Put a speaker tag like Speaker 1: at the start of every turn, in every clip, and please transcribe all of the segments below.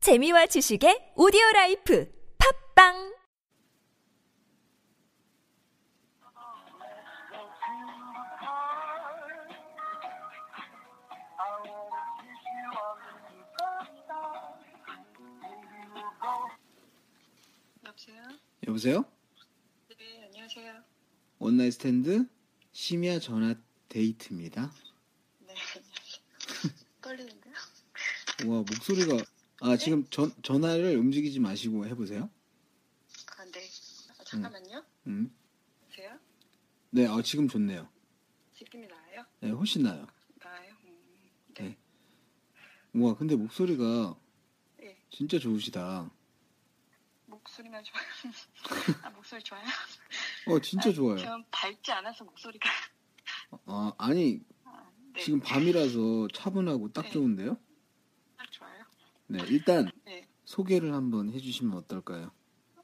Speaker 1: 재미와 지식의 오디오 라이프 팝빵
Speaker 2: 여보세요?
Speaker 3: 여보세요?
Speaker 2: 네, 안녕하세요.
Speaker 3: 원나잇 스탠드 심야 전화 데이트입니다.
Speaker 2: 네, 안녕하세요. 떨리는데요?
Speaker 3: 우와 목소리가
Speaker 2: 네.
Speaker 3: 아 지금 전 전화를 움직이지 마시고 해보세요.
Speaker 2: 아, 네. 아, 잠깐만요.
Speaker 3: 음.
Speaker 2: 여보세요?
Speaker 3: 네, 아 지금 좋네요.
Speaker 2: 느낌이 나아요?
Speaker 3: 네, 훨씬 나요.
Speaker 2: 나아요? 음,
Speaker 3: 네. 우와 근데 목소리가
Speaker 2: 네.
Speaker 3: 진짜 좋으시다.
Speaker 2: 목소리만 좋아요. 아, 목소리 좋아요?
Speaker 3: 어 진짜
Speaker 2: 아,
Speaker 3: 좋아요.
Speaker 2: 전 밝지 않아서 목소리가.
Speaker 3: 아 아니
Speaker 2: 아, 네.
Speaker 3: 지금 밤이라서 차분하고 딱
Speaker 2: 네.
Speaker 3: 좋은데요?
Speaker 2: 아, 좋아요?
Speaker 3: 네, 일단
Speaker 2: 네.
Speaker 3: 소개를 한번 해주시면 어떨까요?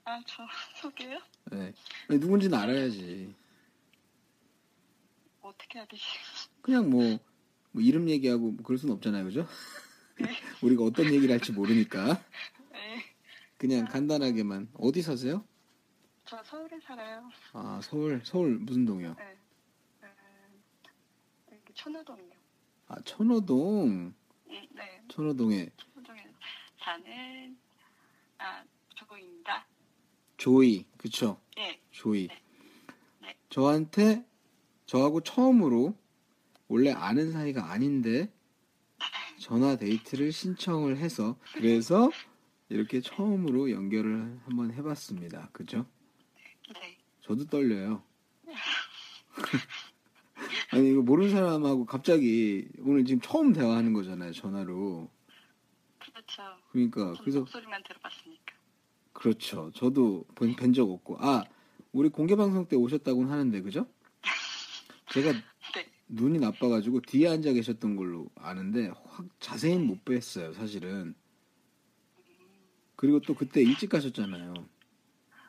Speaker 2: 아, 저 소개요?
Speaker 3: 네, 아니, 누군지는 알아야지.
Speaker 2: 어떻게 해야 되지?
Speaker 3: 그냥 뭐, 뭐 이름 얘기하고 뭐 그럴 순 없잖아요, 그죠? 우리가 어떤 얘기를 할지 모르니까
Speaker 2: 네.
Speaker 3: 그냥 간단하게만 어디 사세요?
Speaker 2: 저 서울에 살아요.
Speaker 3: 아 서울 서울 무슨 동이요?
Speaker 2: 네. 음, 여기 천호동이요.
Speaker 3: 아 천호동
Speaker 2: 음, 네.
Speaker 3: 천호동에
Speaker 2: 천호동에 사는, 아, 조입니다.
Speaker 3: 조이 그쵸?
Speaker 2: 네.
Speaker 3: 조이
Speaker 2: 네.
Speaker 3: 저한테 저하고 처음으로 원래 아는 사이가 아닌데 전화 데이트를 신청을 해서 그래서 이렇게 처음으로 연결을 한번 해봤습니다. 그죠?
Speaker 2: 네.
Speaker 3: 저도 떨려요. 아니 이거 모르는 사람하고 갑자기 오늘 지금 처음 대화하는 거잖아요 전화로.
Speaker 2: 그렇죠.
Speaker 3: 그러니까
Speaker 2: 전
Speaker 3: 그래서
Speaker 2: 목소리만 들어봤으니까.
Speaker 3: 그렇죠. 저도 뵌 적 없고 아 우리 공개 방송 때 오셨다고는 하는데 그죠? 제가
Speaker 2: 네.
Speaker 3: 눈이 나빠가지고 뒤에 앉아 계셨던 걸로 아는데 확 자세히는 못 뵀어요 사실은. 그리고 또 그때 일찍 가셨잖아요.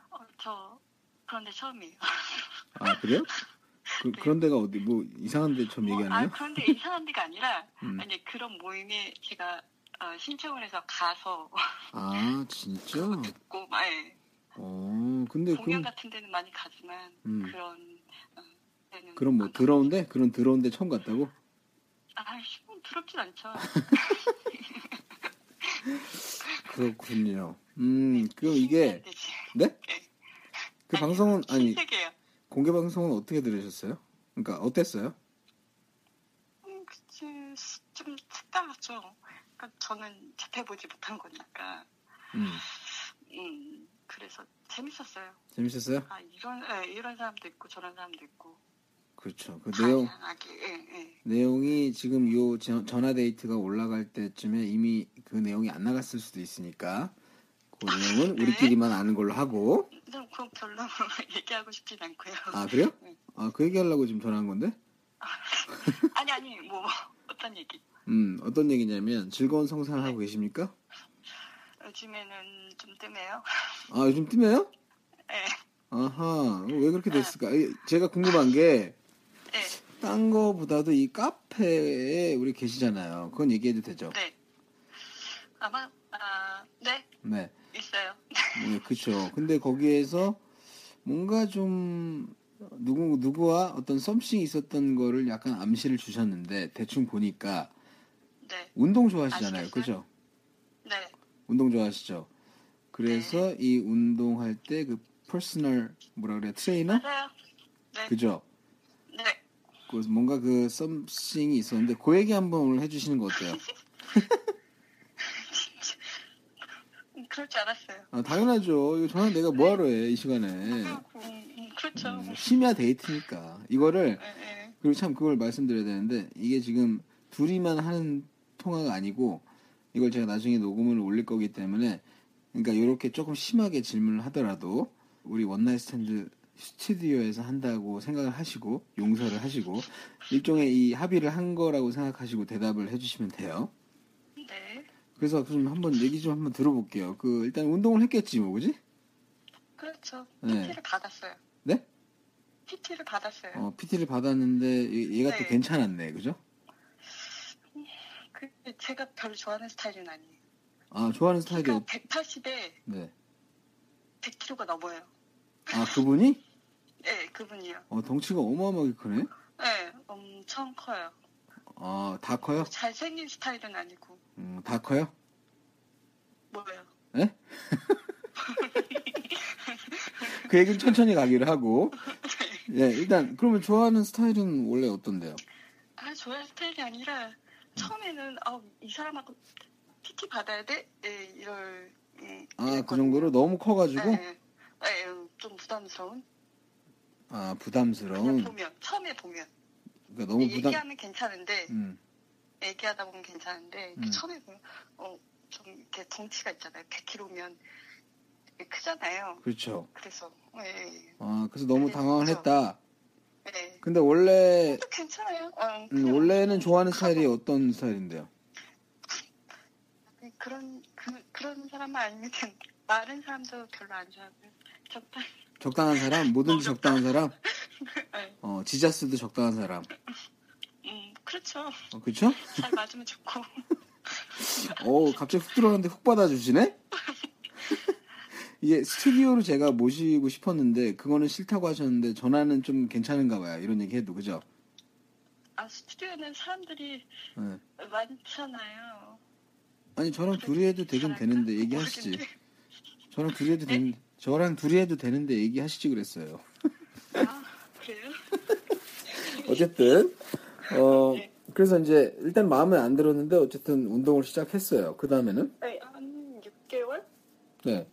Speaker 2: 어, 저 그런데 처음이에요.
Speaker 3: 아 그래요?
Speaker 2: 네.
Speaker 3: 그, 그런 데가 어디 뭐 이상한 데처럼
Speaker 2: 아
Speaker 3: 얘기하나요?
Speaker 2: 그런데 이상한 데가 아니라
Speaker 3: 음.
Speaker 2: 아니 그런 모임에 제가 어, 신청을 해서 가서
Speaker 3: 아 진짜?
Speaker 2: 듣고 막 예.
Speaker 3: 어 근데
Speaker 2: 공연
Speaker 3: 그럼
Speaker 2: 같은 데는 많이 가지만
Speaker 3: 음.
Speaker 2: 그런 어, 데는
Speaker 3: 그럼 뭐
Speaker 2: 안
Speaker 3: 더러운데 그런 더러운데 처음 갔다고?
Speaker 2: 가- 아 시끄러 더럽진 않죠.
Speaker 3: 그렇군요. 음 그럼 이게 네? 그 방송은 아니
Speaker 2: 신세계예요.
Speaker 3: 공개 방송은 어떻게 들으셨어요? 그러니까 어땠어요?
Speaker 2: 음, 그치 좀 색다르죠. 그러니까 저는 접해보지 못한 거니까.
Speaker 3: 음
Speaker 2: 음 그래서 재밌었어요.
Speaker 3: 재밌었어요?
Speaker 2: 아 이런 예, 이런 사람도 있고 저런 사람도 있고
Speaker 3: 그렇죠. 그 내용
Speaker 2: 다양하게 예, 예.
Speaker 3: 내용이 지금 요 전- 전화 데이트가 올라갈 때쯤에 이미 그 내용이 안 나갔을 수도 있으니까 그 내용은
Speaker 2: 네.
Speaker 3: 우리끼리만 아는 걸로 하고
Speaker 2: 근데 그건 별로 얘기하고 싶진 않고요.
Speaker 3: 아 그래요?
Speaker 2: 네.
Speaker 3: 아 그 얘기하려고 지금 전화한 건데?
Speaker 2: 아니 아니 뭐 어떤 얘기?
Speaker 3: 음 어떤 얘기냐면 즐거운 성사를 하고 계십니까?
Speaker 2: 요즘에는 좀 뜸해요.
Speaker 3: 아 요즘 뜸해요?
Speaker 2: 예,
Speaker 3: 아하 왜 그렇게 됐을까? 이- 제가 궁금한 게 딴
Speaker 2: 예,
Speaker 3: 거보다도 이 카페에 우리 계시잖아요. 그건 얘기해도 되죠?
Speaker 2: 네. 아마 아, 네
Speaker 3: 네,
Speaker 2: 있어요.
Speaker 3: 네 그렇죠. 근데 거기에서 뭔가 좀 누구 누구와 어떤 썸씽이 있었던 거를 약간 암시를 주셨는데 대충 보니까
Speaker 2: 네,
Speaker 3: 운동 좋아하시잖아요,
Speaker 2: 아시겠어요?
Speaker 3: 그죠?
Speaker 2: 네,
Speaker 3: 운동 좋아하시죠. 그래서 이 운동할 때 그 퍼스널 뭐라 그래 트레이너
Speaker 2: 맞아요. 네,
Speaker 3: 그죠?
Speaker 2: 네.
Speaker 3: 그래서 뭔가 그 썸씽이 있었는데 그 얘기 한번 오늘 해주시는 거 어때요?
Speaker 2: 음, 그럴 줄 알았어요.
Speaker 3: 아, 당연하죠. 이거 전화 내가 뭐하러 해, 이 시간에.
Speaker 2: 음, 음, 그렇죠.
Speaker 3: 네. 음, 심야 데이트니까. 이거를,
Speaker 2: 예, 예.
Speaker 3: 그리고 참 그걸 말씀드려야 되는데, 이게 지금 둘이만 하는 통화가 아니고, 이걸 제가 나중에 녹음을 올릴 거기 때문에, 그러니까 이렇게 조금 심하게 질문을 하더라도, 우리 원나잇 스탠드 스튜디오에서 한다고 생각을 하시고, 용서를 하시고, 일종의 이 합의를 한 거라고 생각하시고 대답을 해주시면 돼요.
Speaker 2: 네.
Speaker 3: 그래서 좀 한번 얘기 좀 한번 들어볼게요. 그, 일단 운동을 했겠지, 뭐, 그지?
Speaker 2: 그렇죠.
Speaker 3: 네.
Speaker 2: PT를 받았어요.
Speaker 3: 네?
Speaker 2: PT를 받았어요.
Speaker 3: 어, PT를 받았는데 얘- 얘가 또
Speaker 2: 네.
Speaker 3: 괜찮았네, 그죠?
Speaker 2: 그 제가 별로 좋아하는 스타일은 아니에요.
Speaker 3: 아 좋아하는
Speaker 2: 키가
Speaker 3: 스타일이요.
Speaker 2: 180에
Speaker 3: 네.
Speaker 2: 100kg가 넘어요.
Speaker 3: 아 그분이?
Speaker 2: 네, 그분이요.
Speaker 3: 어 덩치가 어마어마하게 크네.
Speaker 2: 네, 엄청 커요.
Speaker 3: 아 다 커요?
Speaker 2: 잘생긴 스타일은 아니고
Speaker 3: 음, 다 커요?
Speaker 2: 뭐예요?
Speaker 3: 예? 그 얘기는 천천히 가기로 하고. 예 일단 그러면 좋아하는 스타일은 원래 어떤데요?
Speaker 2: 아, 좋아할 스타일이 아니라 처음에는 아, 이 사람하고 PT 받아야 돼? 네, 이럴 음,
Speaker 3: 아 그
Speaker 2: 이랬거든요.
Speaker 3: 정도로 너무 커가지고
Speaker 2: 네, 네, 좀 부담스러운.
Speaker 3: 아
Speaker 2: 그냥
Speaker 3: 부담스러운.
Speaker 2: 보면 처음에 보면
Speaker 3: 그러니까 너무 부담.
Speaker 2: 얘기하면 괜찮은데
Speaker 3: 음.
Speaker 2: 얘기하다 보면 괜찮은데 이렇게
Speaker 3: 음.
Speaker 2: 처음에 보면 어 좀 이렇게 덩치가 있잖아요. 100kg면 크잖아요.
Speaker 3: 그렇죠.
Speaker 2: 그래서 예,
Speaker 3: 아 그래서 너무
Speaker 2: 네,
Speaker 3: 당황을
Speaker 2: 그렇죠.
Speaker 3: 했다.
Speaker 2: 예, 예.
Speaker 3: 근데 원래
Speaker 2: 또 괜찮아요. 어,
Speaker 3: 음,
Speaker 2: 그냥
Speaker 3: 원래는 좋아하는
Speaker 2: 그런-
Speaker 3: 스타일이 어떤 스타일인데요?
Speaker 2: 그런 그, 그런 사람만 아니면 마른 사람도 별로 안 좋아하고요. 적당.
Speaker 3: 적당한 사람, 뭐든지 적당한 사람,
Speaker 2: 예.
Speaker 3: 어 지자스도 적당한 사람,
Speaker 2: 음 그렇죠.
Speaker 3: 어, 그렇죠?
Speaker 2: 잘 맞으면 좋고.
Speaker 3: 어 갑자기 훅 들어갔는데 훅 받아주시네? 이게 스튜디오로 제가 모시고 싶었는데 그거는 싫다고 하셨는데 전화는 좀 괜찮은가 봐요. 이런 얘기 해도 그죠?
Speaker 2: 아 스튜디오는 사람들이
Speaker 3: 예.
Speaker 2: 많잖아요.
Speaker 3: 아니 저랑 둘이 해도 되긴
Speaker 2: 잘할까?
Speaker 3: 되는데 얘기하시지.
Speaker 2: 모르겠는데. 네?
Speaker 3: 저랑 둘이 해도 되는 저랑 둘이 해도 되는데 얘기하시지 그랬어요.
Speaker 2: 아 그래요?
Speaker 3: 어쨌든 어
Speaker 2: 네.
Speaker 3: 그래서 이제 일단 마음에 안 들었는데 어쨌든 운동을 시작했어요. 그 다음에는
Speaker 2: 네, 한 6개월
Speaker 3: 네.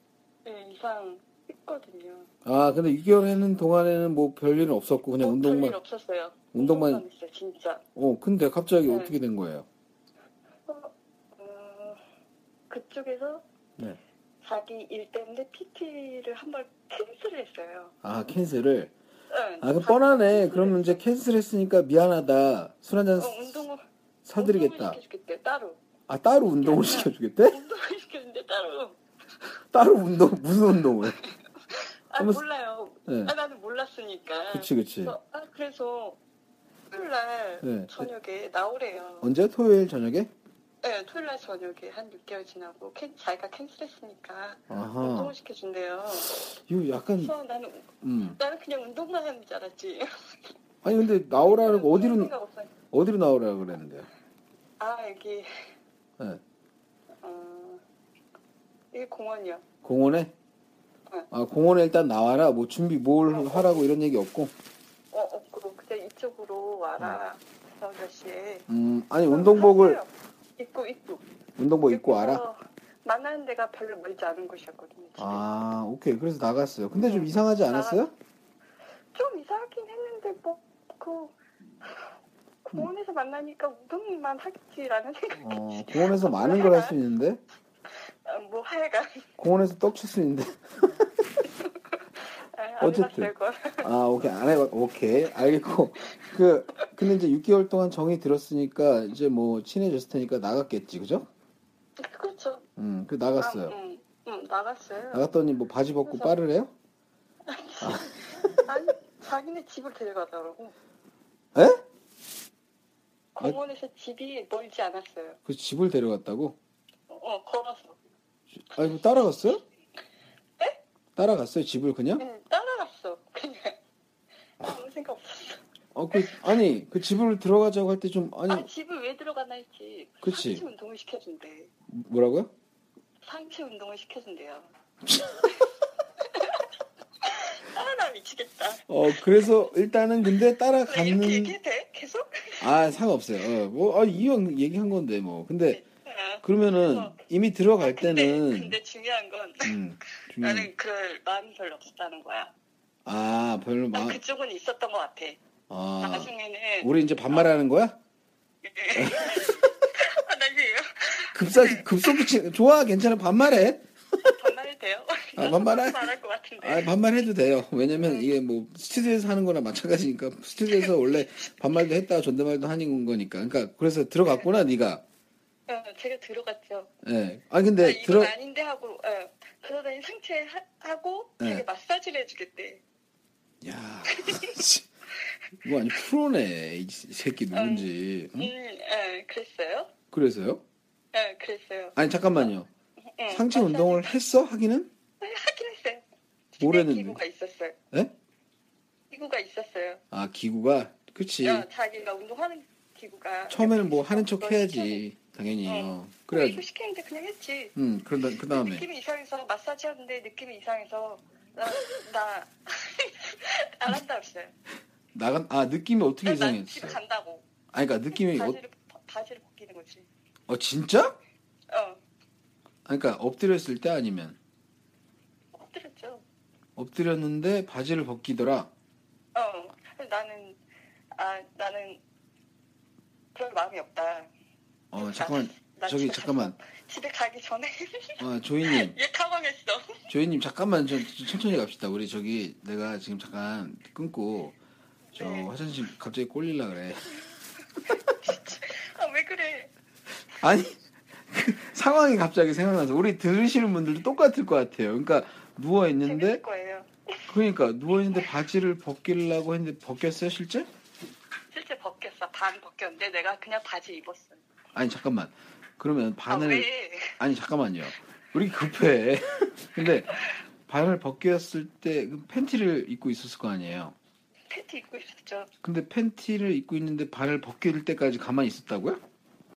Speaker 2: 네, 이상 했거든요.
Speaker 3: 아 근데 6개월 했는 동안에는 뭐 별일은 없었고 그냥
Speaker 2: 뭐 별일
Speaker 3: 운동만
Speaker 2: 없었어요.
Speaker 3: 운동만-
Speaker 2: 했어요, 진짜.
Speaker 3: 어 근데 갑자기
Speaker 2: 네.
Speaker 3: 어떻게 된 거예요?
Speaker 2: 어, 어, 그쪽에서
Speaker 3: 네.
Speaker 2: 자기 일 때문에 PT를 한 번 캔슬을 했어요.
Speaker 3: 아 캔슬을
Speaker 2: 응.
Speaker 3: 아 그
Speaker 2: 자기
Speaker 3: 뻔하네
Speaker 2: 캔슬을
Speaker 3: 그러면 이제 캔슬했으니까 미안하다 술 한잔
Speaker 2: 했어요. 어, 운동을
Speaker 3: 사드리겠다
Speaker 2: 운동을 시켜주겠대 따로.
Speaker 3: 아 따로 운동을 시켜주겠대?
Speaker 2: 운동을 시켰는데 따로.
Speaker 3: 따로 운동 무슨 운동을?
Speaker 2: 아
Speaker 3: 한번-
Speaker 2: 몰라요.
Speaker 3: 네.
Speaker 2: 아 나는 몰랐으니까.
Speaker 3: 그치 그치
Speaker 2: 그래서, 아 그래서 토요일 날
Speaker 3: 네.
Speaker 2: 저녁에 나오래요.
Speaker 3: 언제 토요일 저녁에?
Speaker 2: 네, 토요일 날 저녁에 한 6개월 지나고 캔, 자기가 캔슬했으니까
Speaker 3: 아하 음.
Speaker 2: 운동을 시켜준대요.
Speaker 3: 이거 약간
Speaker 2: 그래서 나는
Speaker 3: 음
Speaker 2: 나는 그냥 운동만 하는 줄 알았지.
Speaker 3: 아니 근데 나오라는 거
Speaker 2: 그런
Speaker 3: 어디로
Speaker 2: 생각 없어요.
Speaker 3: 어디로 나오라 그랬는데요?
Speaker 2: 아 여기
Speaker 3: 네.
Speaker 2: 어 여기 공원이요.
Speaker 3: 공원에?
Speaker 2: 네.
Speaker 3: 아, 공원에 일단 나와라. 뭐 준비 뭘 하라고 이런 얘기 없고.
Speaker 2: 어 없고 그냥 이쪽으로 와라. 그래서 몇 시에
Speaker 3: 음, 아니 운동복을
Speaker 2: 입고 입고
Speaker 3: 운동복 입고 와라.
Speaker 2: 그래서 만나는 데가 별로 멀지 않은 곳이었거든요. 집에.
Speaker 3: 아, 오케이. 그래서 나갔어요. 근데 좀 이상하지 않았어요?
Speaker 2: 좀 이상하긴 했는데 뭐그 공원에서 만나니까 운동만 하겠지라는 생각.
Speaker 3: 어, 공원에서 많은 걸 할 수 있는데
Speaker 2: 아, 뭐 하여간
Speaker 3: 공원에서 떡 칠 수 있는데.
Speaker 2: 아, 안
Speaker 3: 어쨌든.
Speaker 2: 해봤어요, 그건.
Speaker 3: 아, 오케이. 안 해. 오케이. 알겠고. 그 근데 이제 6개월 동안 정이 들었으니까 이제 뭐 친해졌을 테니까 나갔겠지. 그죠?
Speaker 2: 그렇죠.
Speaker 3: 음, 그
Speaker 2: 아,
Speaker 3: 나갔어요.
Speaker 2: 응, 응, 나갔어요.
Speaker 3: 나갔더니 뭐 바지 벗고 빠를 해요?
Speaker 2: 아니, 자기네 집을 데려가더라고.
Speaker 3: 에?
Speaker 2: 공원에서 집이 멀지 않았어요.
Speaker 3: 그 집을 데려갔다고?
Speaker 2: 어, 걸어서.
Speaker 3: 아니, 그 따라갔어요?
Speaker 2: 네?
Speaker 3: 따라갔어요, 집을 그냥?
Speaker 2: 그냥 따라갔어. 그냥. 아무 생각 없었어.
Speaker 3: 아, 그, 아니, 그 집을 들어가자고 할 때 좀,
Speaker 2: 아,
Speaker 3: 아니,
Speaker 2: 집을 왜 들어가나 했지.
Speaker 3: 그치.
Speaker 2: 상체 운동을 시켜준대.
Speaker 3: 뭐라고요?
Speaker 2: 상체 운동을 시켜준대요. 아, 나 미치겠다.
Speaker 3: 어, 그래서 일단은
Speaker 2: 나
Speaker 3: 근데
Speaker 2: 이렇게
Speaker 3: 따라갔는,
Speaker 2: 얘기해도 돼? 계속?
Speaker 3: 아, 상관없어요. 어, 뭐, 아, 이왕 얘기한 건데, 뭐. 근데,
Speaker 2: 아,
Speaker 3: 그러면은, 이미 들어갈
Speaker 2: 근데,
Speaker 3: 때는,
Speaker 2: 근데 중요한 건
Speaker 3: 음, 중요한,
Speaker 2: 나는 그럴 마음이 별로 없었다는 거야.
Speaker 3: 아, 별로
Speaker 2: 난
Speaker 3: 막,
Speaker 2: 그쪽은 있었던 것 같아.
Speaker 3: 아,
Speaker 2: 나중에는
Speaker 3: 우리 이제 반말하는 거야?
Speaker 2: 아, 나 이제
Speaker 3: 급사,
Speaker 2: 네.
Speaker 3: 급속붙이, 좋아, 괜찮아, 반말해.
Speaker 2: 반말해도 돼요?
Speaker 3: 아, 반말해?
Speaker 2: 말할 것 같은데.
Speaker 3: 아, 반말해도 돼요.
Speaker 2: 네.
Speaker 3: 왜냐면 이게 뭐 스튜디오에서 하는 거나 마찬가지니까 스튜디오에서 원래 반말도 했다 존댓말도 하는 거니까. 그러니까 그래서 들어갔구나 네가.
Speaker 2: 어, 제가 들어갔죠.
Speaker 3: 예. 아
Speaker 2: 아,
Speaker 3: 근데
Speaker 2: 이건
Speaker 3: 들어
Speaker 2: 아닌데 하고 어. 그러더니 상체 하, 하고
Speaker 3: 네.
Speaker 2: 되게 마사지를 해주겠대.
Speaker 3: 야. 씨. 이거 아니 프로네. 이 새끼 누군지.
Speaker 2: 음,
Speaker 3: 응?
Speaker 2: 예, 그랬어요.
Speaker 3: 그래서요?
Speaker 2: 예, 그랬어요.
Speaker 3: 아니 잠깐만요.
Speaker 2: 예,
Speaker 3: 상체
Speaker 2: 마사지.
Speaker 3: 운동을 했어? 하기는?
Speaker 2: 네, 하긴 했어요. 집에
Speaker 3: 모르는데.
Speaker 2: 기구가 있었어요.
Speaker 3: 예?
Speaker 2: 기구가 있었어요.
Speaker 3: 아 기구가 그치
Speaker 2: 어, 자기가 운동하는 기구가.
Speaker 3: 처음에는 뭐 하는 척
Speaker 2: 그걸 시켜서-
Speaker 3: 해야지 당연히
Speaker 2: 네.
Speaker 3: 어.
Speaker 2: 그래.
Speaker 3: 그래야지
Speaker 2: 이거 시켰는데 그냥 했지.
Speaker 3: 응 그런다 그 다음에
Speaker 2: 느낌이 이상해서 마사지 하는데 느낌이 이상해서 나나안 한다 했어요.
Speaker 3: 나간 아 느낌이 어떻게 이상했어?
Speaker 2: 네, 난집 간다고.
Speaker 3: 아니 그러니까 느낌이 어,
Speaker 2: 바지를 바- 바지를 벗기는 거지.
Speaker 3: 어 진짜?
Speaker 2: 어
Speaker 3: 아니 그러니까 엎드렸을 때 아니면
Speaker 2: 엎드렸죠.
Speaker 3: 엎드렸는데 바지를 벗기더라.
Speaker 2: 어 그래서 나는 아 나는 그럴 마음이 없다.
Speaker 3: 어 잠깐만
Speaker 2: 아, 나
Speaker 3: 저기,
Speaker 2: 집에
Speaker 3: 잠깐만.
Speaker 2: 가서- 집에 가기 전에
Speaker 3: 어, 조이님
Speaker 2: 얘 당황했어.
Speaker 3: 조이님 잠깐만 좀 천천히 갑시다. 우리 저기 내가 지금 잠깐 끊고 저
Speaker 2: 네.
Speaker 3: 화장실 갑자기 꼴릴라 그래.
Speaker 2: 아 왜 그래?
Speaker 3: 아니 그 상황이 갑자기 생각나서 우리 들으시는 분들도 똑같을 것 같아요. 그러니까 누워
Speaker 2: 재밌을
Speaker 3: 있는데
Speaker 2: 거예요.
Speaker 3: 그러니까 누워 있는데 바지를 벗기려고 했는데 벗겼어요 실제?
Speaker 2: 실제 벗겼어. 반 벗겼는데 내가 그냥 바지 입었어.
Speaker 3: 아니 잠깐만 그러면
Speaker 2: 아
Speaker 3: 반을
Speaker 2: 왜?
Speaker 3: 아니 잠깐만요. 우리 급해. 근데 반을 벗겼을 때그 팬티를 입고 있었을 거 아니에요.
Speaker 2: 팬티 입고 있었죠.
Speaker 3: 근데 팬티를 입고 있는데 발을 벗길 때까지 가만히 있었다고요?